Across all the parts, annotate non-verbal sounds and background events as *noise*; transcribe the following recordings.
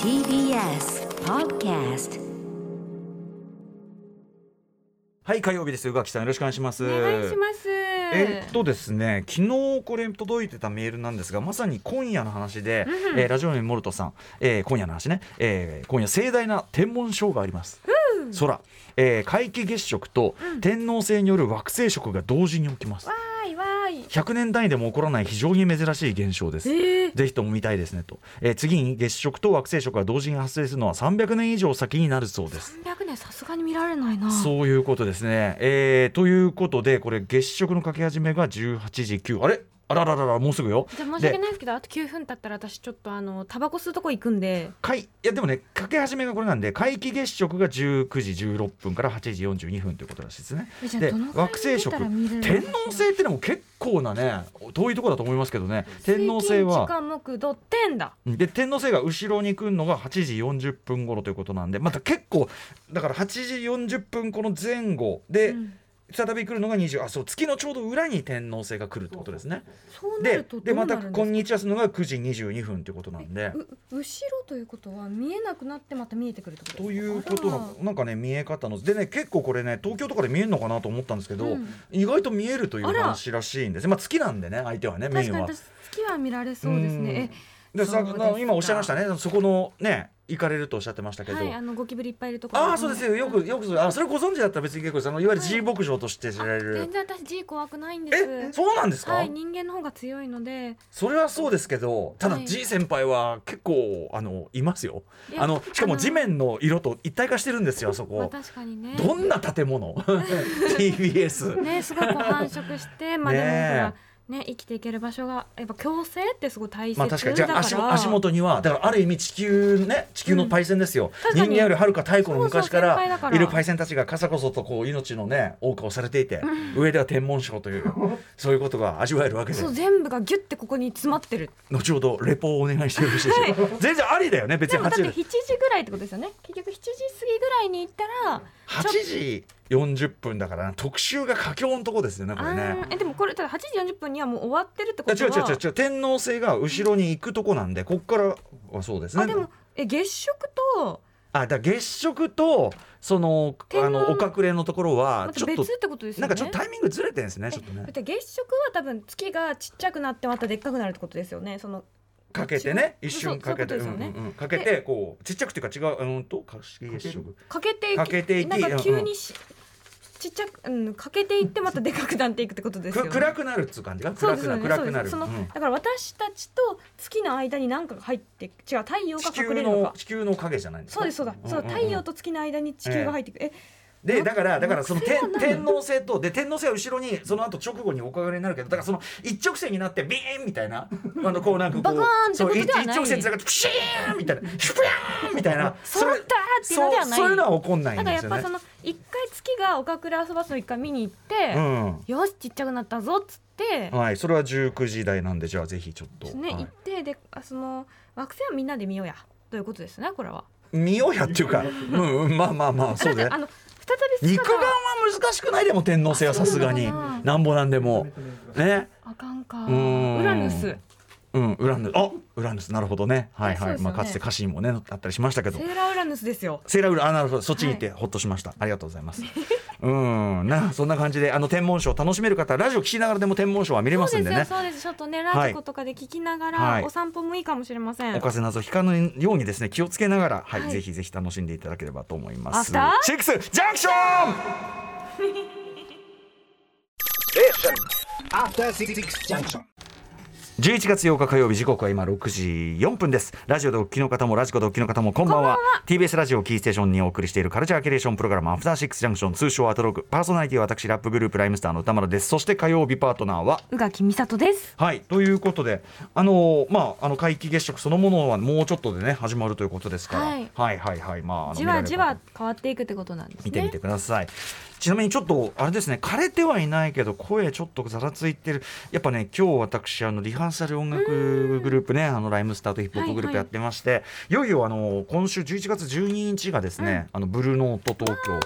TBS Podcast はい火曜日です宇垣さんよろしくお願いしますお願いします。えっとですね昨日これ届いてたメールなんですがまさに今夜の話で、えーラジオネームモルトさん、えー今夜の話ね、えー今夜盛大な天文ショーがあります、空、えー皆既月食と天王星による惑星食が同時に起きます、わーいわーい。 100年単位でも起こらない非常に珍しい現象です、えーぜひとも見たいですねと、えー次に月食と惑星食が同時に発生するのは300年以上先になるそうです300年さすがに見られないな。そういうことですね。えーということで、これ月食のかけ始めが18時9。あれあらららら、もうすぐよ。じゃあ申し訳ないですけどあと9分経ったら私ちょっとあのタバコ吸うとこ行くんでかいいやでもね、かけ始めがこれなんで、皆既月食が19時16分から8時42分ということらしいですね。えじゃあでどの、くらい惑星食、出たら天見れるの王星ってのも結構なね、遠いところだと思いますけどね、天王星水金は地。下木土天だで天王星が後ろに来るのが8時40分頃ということなんでまた結構だから8時40分この前後で、うん再び来るのが20あそう月のちょうど裏に天王星が来るってことですねそうなるでとどでうなまるたんですかこんにちはするのが9時22分ってことなんでう後ろということは見えなくなってまた見えてくるってこととでいすかうことあらのなんかね見え方のでね結構これね東京とかで見えるのかなと思ったんですけど、うん意外と見えるというあら話らしいんですまあ月なんでね相手はねメイ確ンかには私月は見られそうですねえでさそうですなか今おっしゃいましたねそこのね行かれるとおっしゃってましたけど、はいあのゴキブリいっぱいいるところああそうですよよくよくあそれご存知だったら別に結構ですあのいわゆる G 牧場として知られる、全然私字怖くないんですえそうなんですか、はい人間の方が強いのでそれはそうですけどただはい G 先輩は結構あのいますよいやあのしかもあの地面の色と一体化してるんですよあそまあこ確かにねどんな建 *laughs* 物 TBS ねすごいこう繁殖 *laughs* してまあでもほねえらね生きていける場所がやっぱ共生ってすごい大切まだあか確からにじゃあ足足元にはだからある意味地球ね地球のパイセンですよ、確か人に間よりはるか太古の昔かそうそう先輩だらからいるパイセンたちがかさこそとこう命のね謳歌をされていて、上では天文賞 *laughs* というそういうことが味わえるわけでそう全部がギュってここに詰まってる後ほどレポをお願いしてよろしいでしょうか、全然ありだよね別でにもだって7 8時時ぐらいってことですよね結局7時過ぎぐらいに行ったら8時40分だから特集が佳境のとこですよねこれねあ。ーえでもこれただ8時40分にはもう終わってるっていこやと違うは違う違う違う天王星が後ろに行くとこなんでこっからはそうですねあでもえ月食とあだから月食とその天王あのお隠れのところはまちたょっ別とってことですよねなんかちょっとタイミングずれてるんですねちょっとだねって月食は多分月がちっちゃくなってまたでっかくなるってことですよねそのかけてね違う一瞬かけてそうそういうことですよねうんうんうんかけてこうちっちゃくっていうか違ううんとか月食かけていきかけていきなんか急にし、ちっちゃく、うん、かけていってまたでかくなっていくってことですよくね。暗くなるっつう感じがそう暗ですくよなるね暗そうくでなするその、うんだから私たちと月の間に何かが入って違う太陽が地球隠れるののか地球の影じゃないんですかそうですそうだ、んんんそうだ太陽と月の間に地球が入ってくる、えでなだからだからその惑星天は何天王星とで天王星は後ろにその後直後におかげになるけどだからその一直線になってビーンみた *laughs* いなあのこうなんかこうバカーンってそうこと一ではない一直線つながってクシーンみたいなシュプヤーンみた *laughs* いな揃ったーっていうのではないそうそういうのは起こんないだんからでやすっよぱねそ。の一回月がおかくれ遊ばすの一回見に行って、よしちっちゃくなったぞっつってうん、、はいそれは19時台なんでじゃあぜひちょっと、ねは行いってであその惑星はみんなで見ようやということですねこれは。見ようやっていうか、うんうん、まあまあまあそだうねってあの再び肉月眼はが難しくないでも天王星はさすがにあそうなのかななんぼなんでもねあかんかうーんウラヌスうん、ウラヌス、あ、ウラヌス、なるほどね。はいはい、そうですよまねあ、かつて歌詞にもね、あったりしましたけどセ。ーラーウラヌスですよ。セーラーウラ、あ、なるほど、そっちに行って、ほっとしました。ありがとうございます。うん、な、そんな感じで、あの天文ショー楽しめる方、ラジオ聞きながらでも天文ショーは見れそうますんでですよ、ね。そうです。ちょっとね、ラジコとかで聞きながら、はいお散歩もいいかもしれません。おかせ謎引かぬようにですね、気をつけながら、はい、はいぜひぜひ楽しんでいただければと思いまアフす。シターックス、ジャンクション。 After Six Junction. 11月8日火曜日時刻は今6時4分ですラジオでお聞きの方もラジコでお聞きの方もこんばんは TBS ラジオをキーステーションにお送りしているカルチャーキュレーションプログラムアフターシックスジャンクション通称アトロクパーソナリティは私ラップグループライムスターの歌丸ですそして火曜日パートナーは宇垣美里です。はいということであのーまああの皆既月食そのものはもうちょっとでね始まるということですから、ははいい、はいはいまああのじわじわ見られる方変わっていくってことなんですね。見てみてください、ちなみにちょっとあれですね枯れてはいないけど声ちょっとざらついてるやっぱね今日私あのリハーサル音楽グループねあのライムスターとヒップホップグルーはプいはやいってまして、いよいよあの今週11月12日がですね、あのブルーノート東京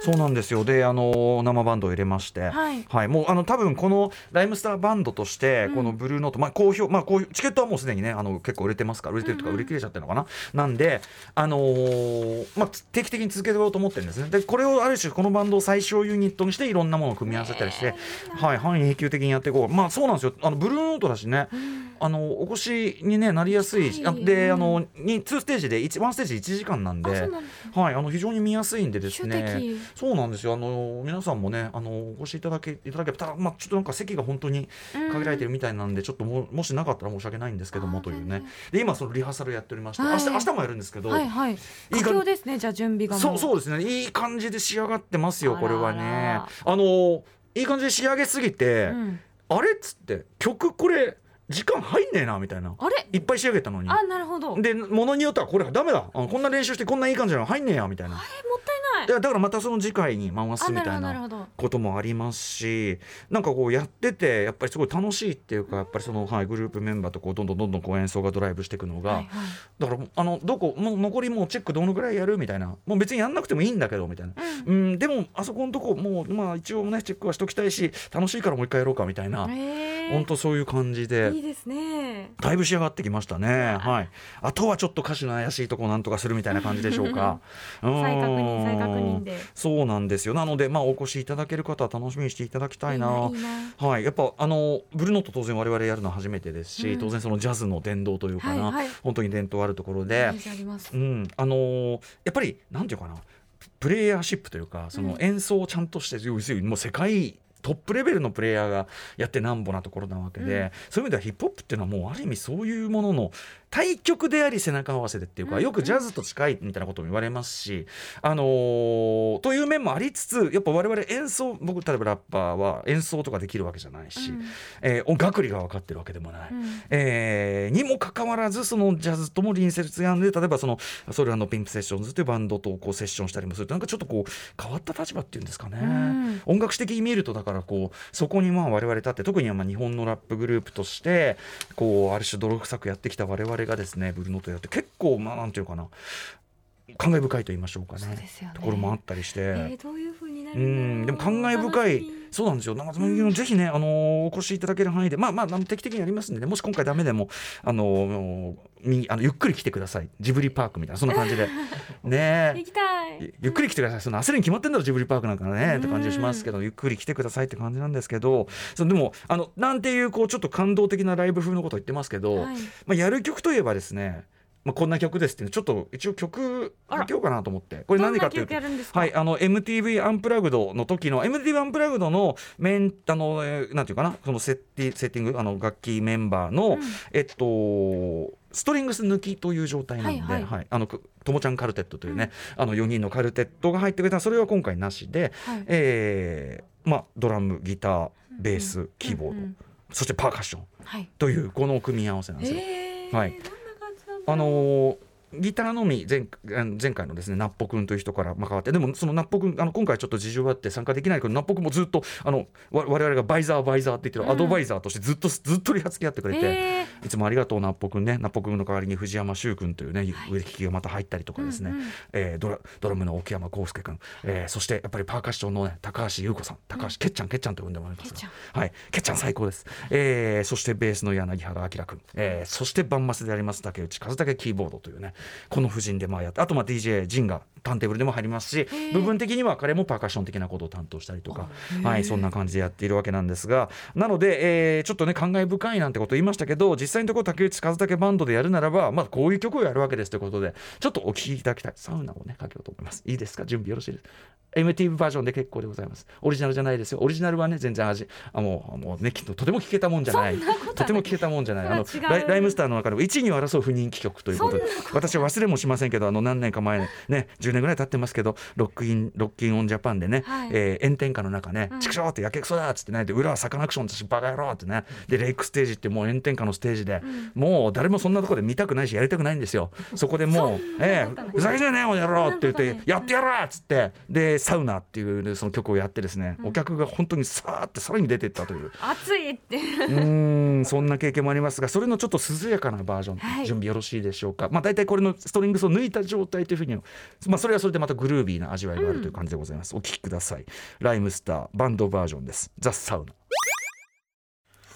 そうなんですよであの生バンドを入れまして、はいもうあの多分このライムスターバンドとしてうんこのブルーノート、まあ好評まあ好評チケットはもうすでにねあの結構売れてますから売れてるとかうんうん売り切れちゃってるのかな、なんであのーまあ定期的に続けようと思ってるんですねでこれをある種このバンドを最小ユニットにしていろんなものを組み合わせたりして、はい、半永久的にやっていこうまあそうなんですよあのブルーノートだしね、あのお越しに、ね、なりやすいし、あはいでうんあのに2ステージで1 1ステージ1時間なんあそでうなんですねはい、あの非常に見やすいんでですね集的そうなんですよあの皆さんもねあのお越しいただけいただけただ、まあ、ちょっとなんか席が本当に限られてるみたいなんで、ちょっとももしなかったら申し訳ないんですけどもあーという全ね然で今そのリハーサルやっておりまして、はい明日明日もやるんですけど、はいはい感じ佳境ですねじゃあ準備がもそうそうですねいい感じで仕上がってますよこれはねあらああのいい感じで仕上げすぎて、うんあれっつって曲これ時間入んねえなみたいなあれいっぱい仕上げたのにあなるほどでものによってはこれダメだあこんな練習してこんないい感じなの入んねえやみたいえなもったいいやだからまたその次回に回すみないたあいなるなほどなるほどこともありますしなんかこうやっててやっぱりすごい楽しいっていうかやっぱりその、はい、グループメンバーとこうどんどんどんどんこう演奏がドライブしていくのが、はいはいだからあのどこもう残りもうチェックどのぐらいやるみたいなもう別にやんなくてもいいんだけどみたいな、うんでもあそこのとこもう、まあ、一応ねチェックはしときたいし楽しいからもう一回やろうかみたいな。えー本当そういう感じでいいですねだいぶ仕上がってきましたね。はい。あとはちょっと歌手の怪しいとこをなんとかするみたいな感じでしょ *laughs* うか。再再確認再確認でそうなんですよ。なのでまあお越しいただける方は楽しみにしていただきたいな。いいないいはい、やっぱあのブルーノート当然我々やるのは初めてですし、うん当然そのジャズの殿堂というかな、はいはい本当に伝統あるところなイでメー、ジありますうん、あのーやっぱりなんていうかなプレイヤーシップというかそのうん演奏をちゃんとして、要するにもう世界トップレベルのプレイヤーがやってなんぼなところなわけで、うんそういう意味ではヒップホップっていうのはもうある意味そういうものの対極であり背中合わせでっていうか、うんよくジャズと近いみたいなことも言われますし、あのーという面もありつつやっぱ我々演奏僕例えばラッパーは演奏とかできるわけじゃないし、うんえー音楽理が分かってるわけでもない、うんえーにもかかわらずそのジャズとも隣接やんで例えばそのソルアのピンプセッションズというバンドとこうセッションしたりもするとなんかちょっとこう変わった立場っていうんですかね、うん音楽史的に見るとだからこうそこにまあ我々立って特にまあ日本のラップグループとしてこうある種泥臭くやってきた我々がですねブルーノートやって結構まあなんていうかな感慨深いと言いましょうかねそうですよねところもあったりして。えーどういう風になうるんんだでもろう感慨深楽いしみ、そうなんですよ、なんかそういうのぜひね、あのーお越しいただける範囲で、まあまあ、あの定期的にやりますんでね、もし今回だめでも、あのーもうみあのゆっくり来てください、ジブリパークみたいな、そんな感 *laughs* じで、ね行きたいえ、ゆっくり来てください、その焦りに決まってんだろ、ジブリパークなんかね、うんって感じがしますけど、ゆっくり来てくださいって感じなんですけど、そのでも、あのなんていう、こうちょっと感動的なライブ風のことを言ってますけど、はいまあ、やる曲といえばですね、まあ、こんな曲ですっていうの、ちょっと一応曲、あらかけようかなと思って、これどん何なかっていう曲とや。るんですかはい、あの MTV アンプラグドの時の MTV アンプラグドのメンあの、えーなんていうかなそのセッティセッティングあの楽器メンバーの、うんえっとストリングス抜きという状態なんで、ははいいはあのくともちゃんカルテットというね、あの4人のカルテットが入ってくれたそれは今回なしで、はいえーまあ、ドラムギターベース、キーボード、うんうんそしてパーカッションはいというこの組み合わせなんですよ。えーはいどんな感じなんだろうあのーギターのみ前あの前回のですねナッポくんという人からまあ変わってでもそのナッポくんあの今回ちょっと事情があって参加できないけどナッポくんもずっとあのわ我々がバイザーバイザーって言ってる、うんアドバイザーとしてずっとずっとリハ付き合ってくれて。えーいつもありがとうナッポくんねナッポくんの代わりに藤山修君というね、上利きがまた入ったりとかですね、うんうんえードラドラムの沖山康介君、えーそしてやっぱりパーカッションの、ね、高橋優子さん高橋、けっちゃんけっちゃんと呼んでもらいますがけっちはいけっちゃん最高です、えーそしてベースの柳原明君、えーそしてバンマスであります竹内和武キーボードというねこの布陣でまあやってあとまあ DJ ジンがターンテーブルでも入りますしー部分的には彼もパーカッション的なことを担当したりとか、はい、そんな感じでやっているわけなんですがなので、えーちょっとね感慨深いなんてこと言いましたけど実際のところ竹内和武バンドでやるならば、まあ、こういう曲をやるわけですということでちょっとお聴きいただきたいサウナをねかけようと思いますいいですか準備よろしいです MTV バージョンで結構でございますオリジナルじゃないですよオリジナルはね全然味あもうもうねきっととても聞けたもんじゃないとても聞けたもんじゃないあのそれはラ違うイライムスターの中でも1位に争う不人気曲ということで私は忘れもしませんけどあの何年か前ね10年ぐらい経ってますけどロックインロッキンオンジャパンでね、はいえー炎天下の中ね「ちくしょう!」って「やけくそだ!」っつってねで裏はサカナクションだしバカ野郎ってねでレイクステージってもう炎天下のステージで、もう誰もそんなとこで見たくないしやりたくな *laughs* いんですよそこでもう「ええふざけんじゃねえもんやろ!」って言って「やってやろう!」っつってでサウナっていうその曲をやってですね、お客が本当にさーってさらに出ていったという暑いってうーんそんな経験もありますがそれのちょっと涼やかなバージョン、はい準備よろしいでしょうか、まあ、大体これのストリングスを抜いた状態というふうに、まあ、それはそれでまたグルービーな味わいがあるという感じでございます、お聴きくださいライムスターバンドバージョンです「ザ・サウナ」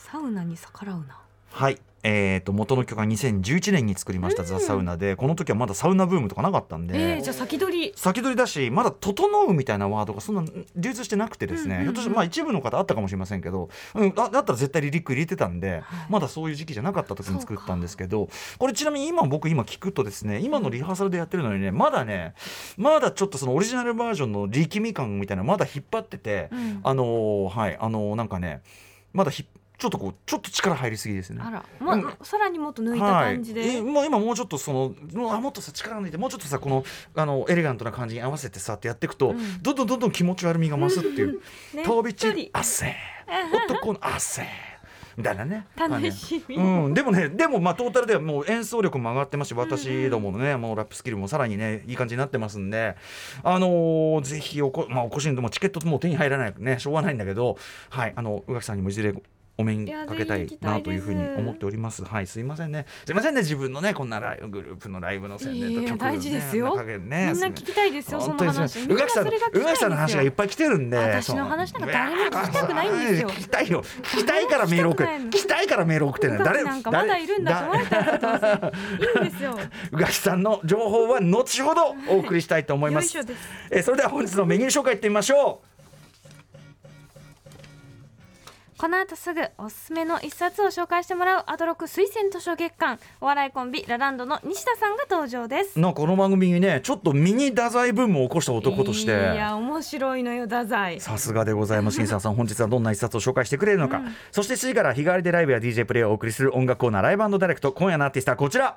サウナに逆らうなはいえー、と元の曲は2011年に作りました「ザ・サウナで」この時はまだサウナブームとかなかったんで、えー、じゃあ先取り先取りだしまだ「整う」みたいなワードがそんな流通してなくてですね、うんうんうんひょっとしてまあ一部の方あったかもしれませんけど、うん、あだったら絶対リリック入れてたんで、まだそういう時期じゃなかった時に作ったんですけどこれちなみに今僕今聞くとですね今のリハーサルでやってるのにねまだねまだちょっとそのオリジナルバージョンの力み感みたいなのまだ引っ張ってて、うんあのーはいあのーなんかねまだひちょっとこうちょっと力入りすぎですね。あら、まうんさらにもっと抜いた感じで、はい、えもう今もうちょっとそのもうあもっとさ力抜いてもうちょっとさこのあのエレガントな感じに合わせてさってやっていくと、うんどんどんどんどん気持ち悪みが増すっていうねっ飛びと散るり汗男の汗みたいなね楽しみ、うん、でもねでもまあトータルではもう演奏力も上がってますし私どものね、もうラップスキルもさらにねいい感じになってますんであのーぜひおこ、まあ、お越しにでもチケットもう手に入らないねしょうがないんだけどはいあの宇垣さんにもいずれお目にかけたいやぜいひ行きたなでいすというふうに思っておりますはいすいませんねすいませんね自分のねこんなライブグループのライブの宣伝といやいや曲大事ですよねかけてねみんな聞きたいですよその話宇垣さんのみんなそれが聞きたいんですよ宇垣さんの話がいっぱい来てるんで私の話なんか誰も聞きたくないんですよ聞きたいよ聞きたいからメール送る聞きたくないの聞きたいからメール送ってんだよ誰なんかまだいるんだと思われたらどうせいいんですよ宇垣さんの情報は後ほどお送りしたいと思いよまいすしょですえーそれでは本日のメニュー紹介いってみましょこの後すぐおすすめの一冊を紹介してもらうアドロック推薦図書月間お笑いコンビラランドの西田さんが登場ですうなんかこの番組にねちょっとミニ太宰ブームを起こした男としいてや面白いのよ太宰さすがでございます新さんさん本日はどんな一冊を紹介してくれるのか、そして7時から日替わりでライブや DJ プレイをお送りする音楽コーナーライブダイレクト今夜のアーティストはこちら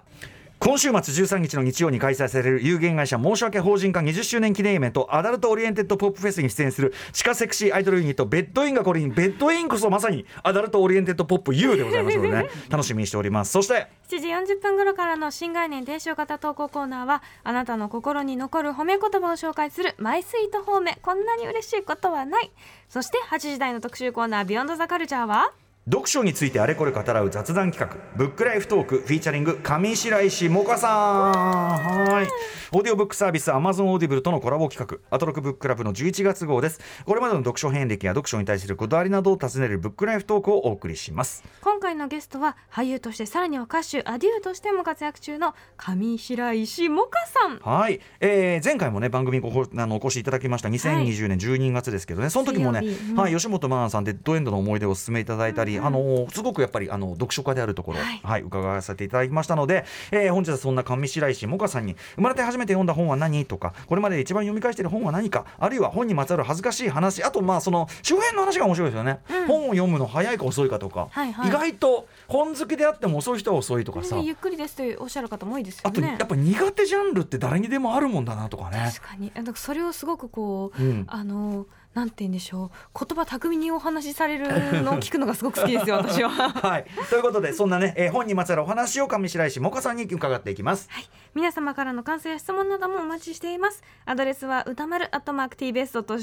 今週末13日の日曜に開催される有限会社申し訳法人化20周年記念イベントアダルトオリエンテッドポップフェスに出演する地下セクシーアイドルユニットベッドインがこれにベッドインこそまさにアダルトオリエンテッドポップ U でございますのでね楽しみにしておりますそして7時40分頃からの新概念提唱型投稿コーナーはあなたの心に残る褒め言葉を紹介するマイスイート褒めこんなに嬉しいことはないそして8時台の特集コーナービヨンドザカルチャーは読書についてあれこれ語らう雑談企画「ブックライフトーク」フィーチャリング上白石萌歌さんはいオーディオブックサービス Amazon オーディブルとのコラボ企画「アトロックブッククラブ」の11月号ですこれまでの読書遍歴や読書に対するこだわりなどを尋ねるブックライフトークをお送りします今回のゲストは俳優としてさらには歌手アデューとしても活躍中の上白石萌歌さんはい、えー前回もね番組にごほあのお越しいただきました2020年12月ですけどね、その時もね水曜日うんはい、吉本真奈さんデッドエンドの思い出をお勧めいただいたり、あのーすごくやっぱりあの読書家であるところ、ははいい伺わせていただきましたので、えー本日はそんな上白石萌歌さんに生まれて初めて読んだ本は何とかこれまで一番読み返している本は何かあるいは本にまつわる恥ずかしい話あとまあその周辺の話が面白いですよね、本を読むの早いか遅いかとか、はいはい意外と本好きであっても遅い人は遅いとか全さ、然ゆっくりですというおっしゃる方も多いですよあとねやっぱ苦手ジャンルって誰にでもあるもんだなとかね。確かにあのそれをすごくこう、うんあのなんて言うんでしょう言葉巧みにお話しされる *laughs* のを聞くのがすごく好きですよ私は *laughs* はい、ということでそんなね、えー本にまつわるお話を上白石萌歌さんに伺っていきます。はい、皆様からの感想や質問などもお待ちしています。アドレスは歌丸アットマーク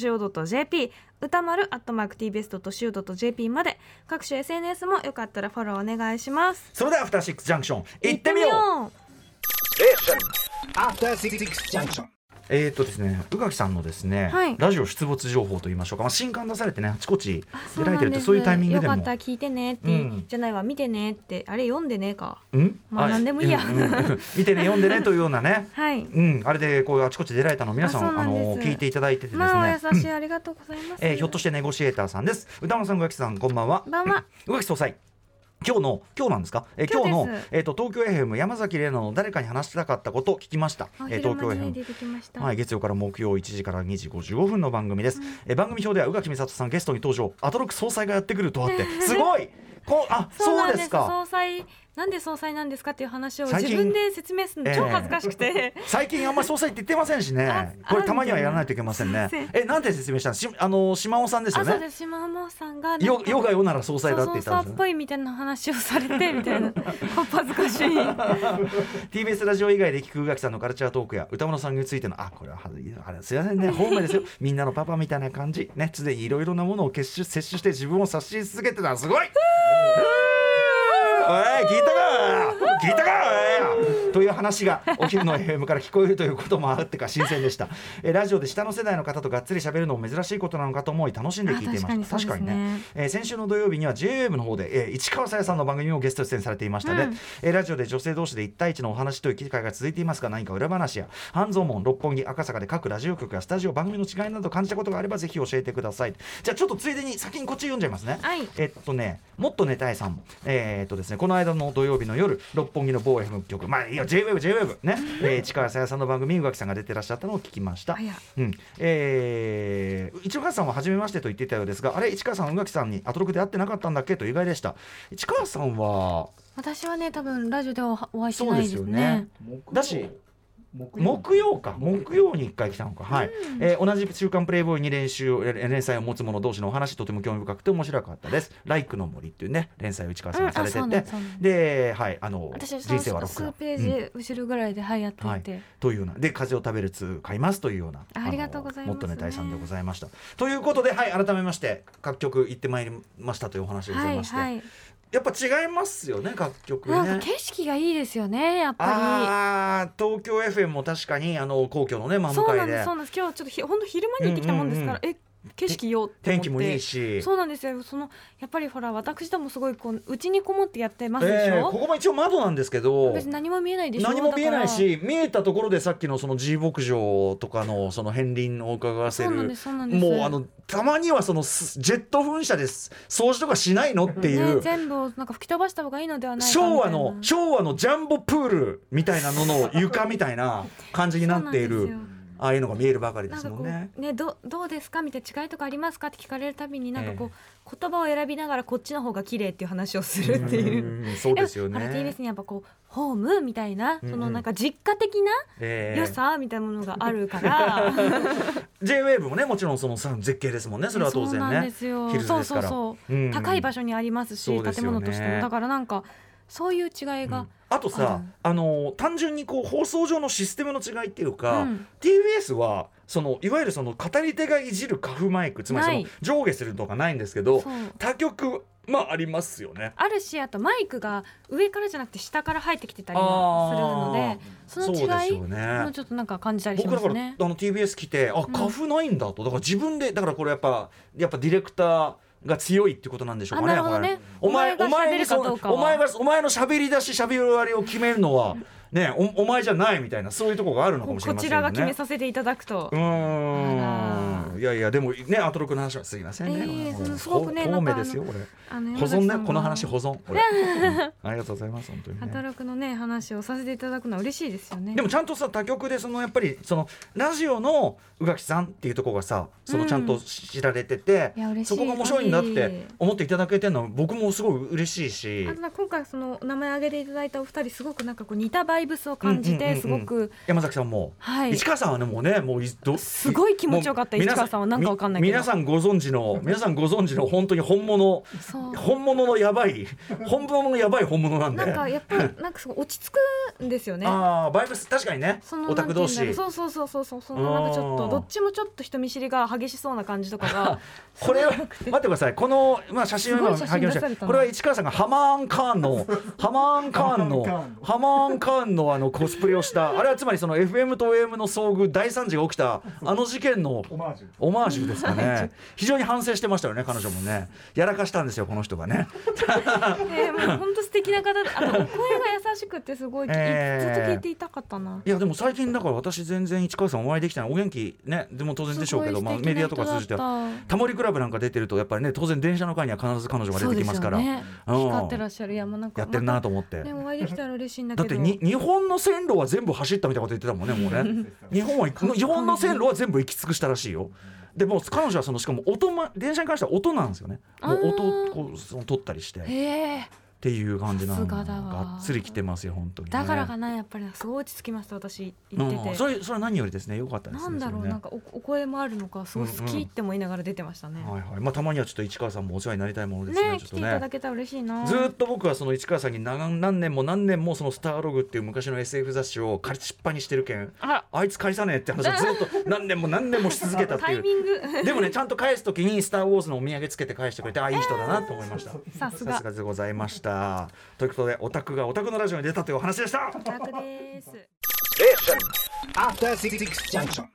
tbs.co.jp 歌丸アットマーク tbs.co.jp まで各種 SNS もよかったらフォローお願いします。それではアフターシックスジャンクション行ってみよう行ってみよ After Six Junction. えー、っとですね宇垣さんのですね、はいラジオ出没情報といいましょうか、まあ、新刊出されてねあちこちう。出られてるってそういうタイミングでもよかったら聞いてねって、うんじゃないわ見てねってあれ読んでねか。うんまあ何でもいいやうんうん *laughs* うん見てね読んでねというようなねはい。うんあれでこうあちこち出られたの皆さんあそうあなんですの聞いていただいててですね、まあお優しいありがとうございます。えーひょっとしてネゴシエーターさんです歌丸さん宇垣さんこんばんはこんばんは。宇垣総裁今日の今日なんですか、えー今今日日ですの、えー、と東京 FM 山崎玲奈の誰かに話したかったことを聞きました、お昼えー東京間に FM 出てきました。はい、月曜から木曜1時から2時55分の番組です、え番組表では宇垣美里さんゲストに登場アトロック総裁がやってくるとあってすごいこうあ *laughs* そうそなうんでですすか総裁なんで総裁なんですかっていう話を最自近分で説明するの超恥ずかしくて、最近あんまり総裁って言ってませんしねあこれたまにはやらないといけませんねすいませえなんて説明したんしあの島尾さんですよあそうねです島尾さんがなんかよよがよなら総裁だってそう言そっうたさっんですねぽいみたいな話をされてみたいなこっ恥ずかしい TBS ラジオ以外で聞く宇垣さんのカルチャートークや歌丸さんについてのあこれははいいあれすい *laughs* ませんね本命ですよみんなのパパみたいな感じね常にいろいろなものを結集摂取して自分を察し続けてたらすごいおい聞いたか聞いたかおいという話がお昼の FM から聞こえるということもあってか新鮮でしたえラジオで下の世代の方とがっつり喋るのも珍しいことなのかと思い楽しんで聞いていましたあ確かにそうですねえー先週の土曜日には JWAVE の方で、えー市川さやさんの番組もゲスト出演されていましたね、うんえーラジオで女性同士で一対一のお話という機会が続いていますが何か裏話や半蔵門六本木赤坂で各ラジオ局やスタジオ番組の違いなど感じたことがあればぜひ教えてくださいじゃあちょっとついでに先にこっち読んじゃいますねはいえっとねもっと寝たいさんえーっとですねこの間の土曜日の夜六本木の某 FM 局まあいいよ JWAVEJWAVE ね、えー市川さやさんの番組宇垣さんが出てらっしゃったのを聞きましたあやうんえー、市川さんは初めましてと言っていたようですがあれ市川さん宇垣さんにアトロクで会ってなかったんだっけと意外でした市川さんは私はね多分ラジオではお会いしてそうないでですすよねねだし木曜か木曜に一回来たのか、はいえー同じ「週刊プレイボーイ」に練習をえー連載を持つ者同士のお話とても興味深くて面白かったです「ライクの森」っていうね連載を市川さんがされてて、うんあそうなんだそうなんだで、はい、あの私は人生はロックだ数ページ後ろぐらいで、はいやっていて、というようなで風邪を食べる通買いますというようなあのありがとうございますもっとね大さんでございましたということではい改めまして各局行ってまいりましたというお話でござはいいまして、はいやっぱ違いますよね各局ねなんか景色がいいですよねやっぱあー東京 FM も確かにあの皇居のね真り向そうなかいんですでそうなんです今日ちょっとひほんと昼間に行ってきたもんですから、え景色よって思って天気もいいしそうなんですよそのやっぱりほら私どもすごいこううちにこもってやってますでしえーょ、ここも一応窓なんですけど別に何も見えないでしょ何も見えなだいかし見えたところでさっきのその G 牧場とかのその片鱗を伺わらせそうなんでるすそうなんですもうあのたまにはそのすジェット噴射です掃除とかしないのっていう、ね、全部をなんか吹き飛ばした方がいいのではないかみたいな昭和のそう昭和のジャンボプールみたいなのの床みたいな感じになっていなんるですよああいうのが見えるばかりでなんすかもこんね。うねどどうですかみたいな違いとかありますかって聞かれるたびになんかこう、え言葉を選びながらこっちの方が綺麗っていう話をするっていう。 *laughs* うんそうですよもほらね TBS。にやっぱこうホームみたいな、うんうんそのなんか実家的なえ良えさみたいなものがあるから、 J-WAVE もねもちろんそのさ絶景ですもんね *laughs* それは当然そうなんでね。すよヒルズですかそうらそうそう、うん高い場所にありますし、そうです建よね物としてもだからなんかそういう違いが、うんあとうさんあの単純にこう放送上のシステムの違いっていうか、うん TBS はそのいわゆるその語り手がいじるカフマイクつまりそなのい上下するとかないんですけどそう他局まあありますよね。あるしあとマイクが上からじゃなくて下から入ってきてたりあもするーのでその違いそうですよねもちょっとなんか感じたりし僕まだすから、ね。あの TBS 来てあ花粉ないんだと、だから自分でだからこれやっぱやっぱディレクターが強いってことなんでしょうかね。あなるほどねこれお前おお前が前喋にるかどうかそはうお前がお前の喋り出し喋り終わりを決めるのはねおお前じゃないみたいなそういうところがあるのかこもしれこませんちよらがね。決めさせていただくとう。ーあんいやいやでもねアトロクの話はすぎませんね。ええもうすごくねほなんか方面ですよこれ。あの保存ねこの話保働存これ、うんありがとうございます本当にね。くのね話をさせていただくのは嬉しいですよね。でもちゃんとさ他局でそのやっぱりそのラジオの宇垣さんっていうところがさそのちゃんと知られてて、いや嬉しいそこが面白いんだって思っていただけてるのは僕もすごい嬉しいしあとなんか今回そのお名前挙げていただいたお二人すごくなんかこう似たバイブスを感じうんうんうんうてんすごく、山崎さんも、はい市川さんはねもうねもういどすごい気持ちよかったもう皆市川さんはなんかわかんないけどみ皆さんご存知の皆さんご存知の本当に本物そう本物のや *laughs* ばい本物のやばい本物なんでなんかやっぱりなんかすごい落ち着くんですよね。ああバイブス確かにねそのオタク同なんて士いうんだろうそうそうそうそうそのなんかちょっうんとどっちもちょっと人見知りが激しそうな感じとか *laughs* がこれは待ってくださいこの、まあ、写真を今すごい写真拝見し出さてれたなこれは市川さんがハマーン・カー *laughs* ンのハマーン・カーンのハマーン・カーンのあのコスプレをしたあれはつまりその FM と AM の遭遇大惨事が起きたあの事件のオマージュオマージュですかね *laughs* 非常に反省してましたよね彼女もねやらかしたんですよこの人がねえー、もう本当素敵な方であとお声が優しくてすごい、えー。ずっと聞いていたかったないやでも最近だから私全然市川さんお会いできてないお元気ねでも当然でしょうけど、すまごあ、い素敵なメディアとか通じて人だはったタモリクラブなんか出てるとやっぱりね当然電車の会には必ず彼女が出てきますからそうですよね、うん光ってらっしゃる山中やってるなと思って。ねお会いできたら嬉しいんだけだどってに日本の線路は全部走ったみたいなこと言ってたもんねもうね日本は日本の線路は全部行き尽くしたらしいよでもう彼女はそのしかも音ま電車に関しては音なんですよねもうあー音をこうその取ったりしてええっていう感じなのさすがだわがっつり来てますよ本当にね、だからかなやっぱりすごい落ち着きました私行ってて、うんそれそれは何よりですね良かったですねなんだろう、それねなんかおお声もあるのかすごい好きっても言いながら出てましたね、はいはいまあ、たまにはちょっと市川さんもお世話になりたいものですねね来ちょっとていたねだけたら嬉しいなずーっと僕はその市川さんに何何年も何年もそのスターログっていう昔の SF 雑誌を借りちっぱにしてるけんあらあいつ返さねえって話を *laughs* ずっと何年も何年もし続けたってタいイうミング *laughs* でもねちゃんと返す時に「スター・ウォーズ」のお土産つけて返してくれてあいい人だなと思いました *laughs* さすがさすがでございましたということでオタクがオタクのラジオに出たというお話でした楽です After Six Junction.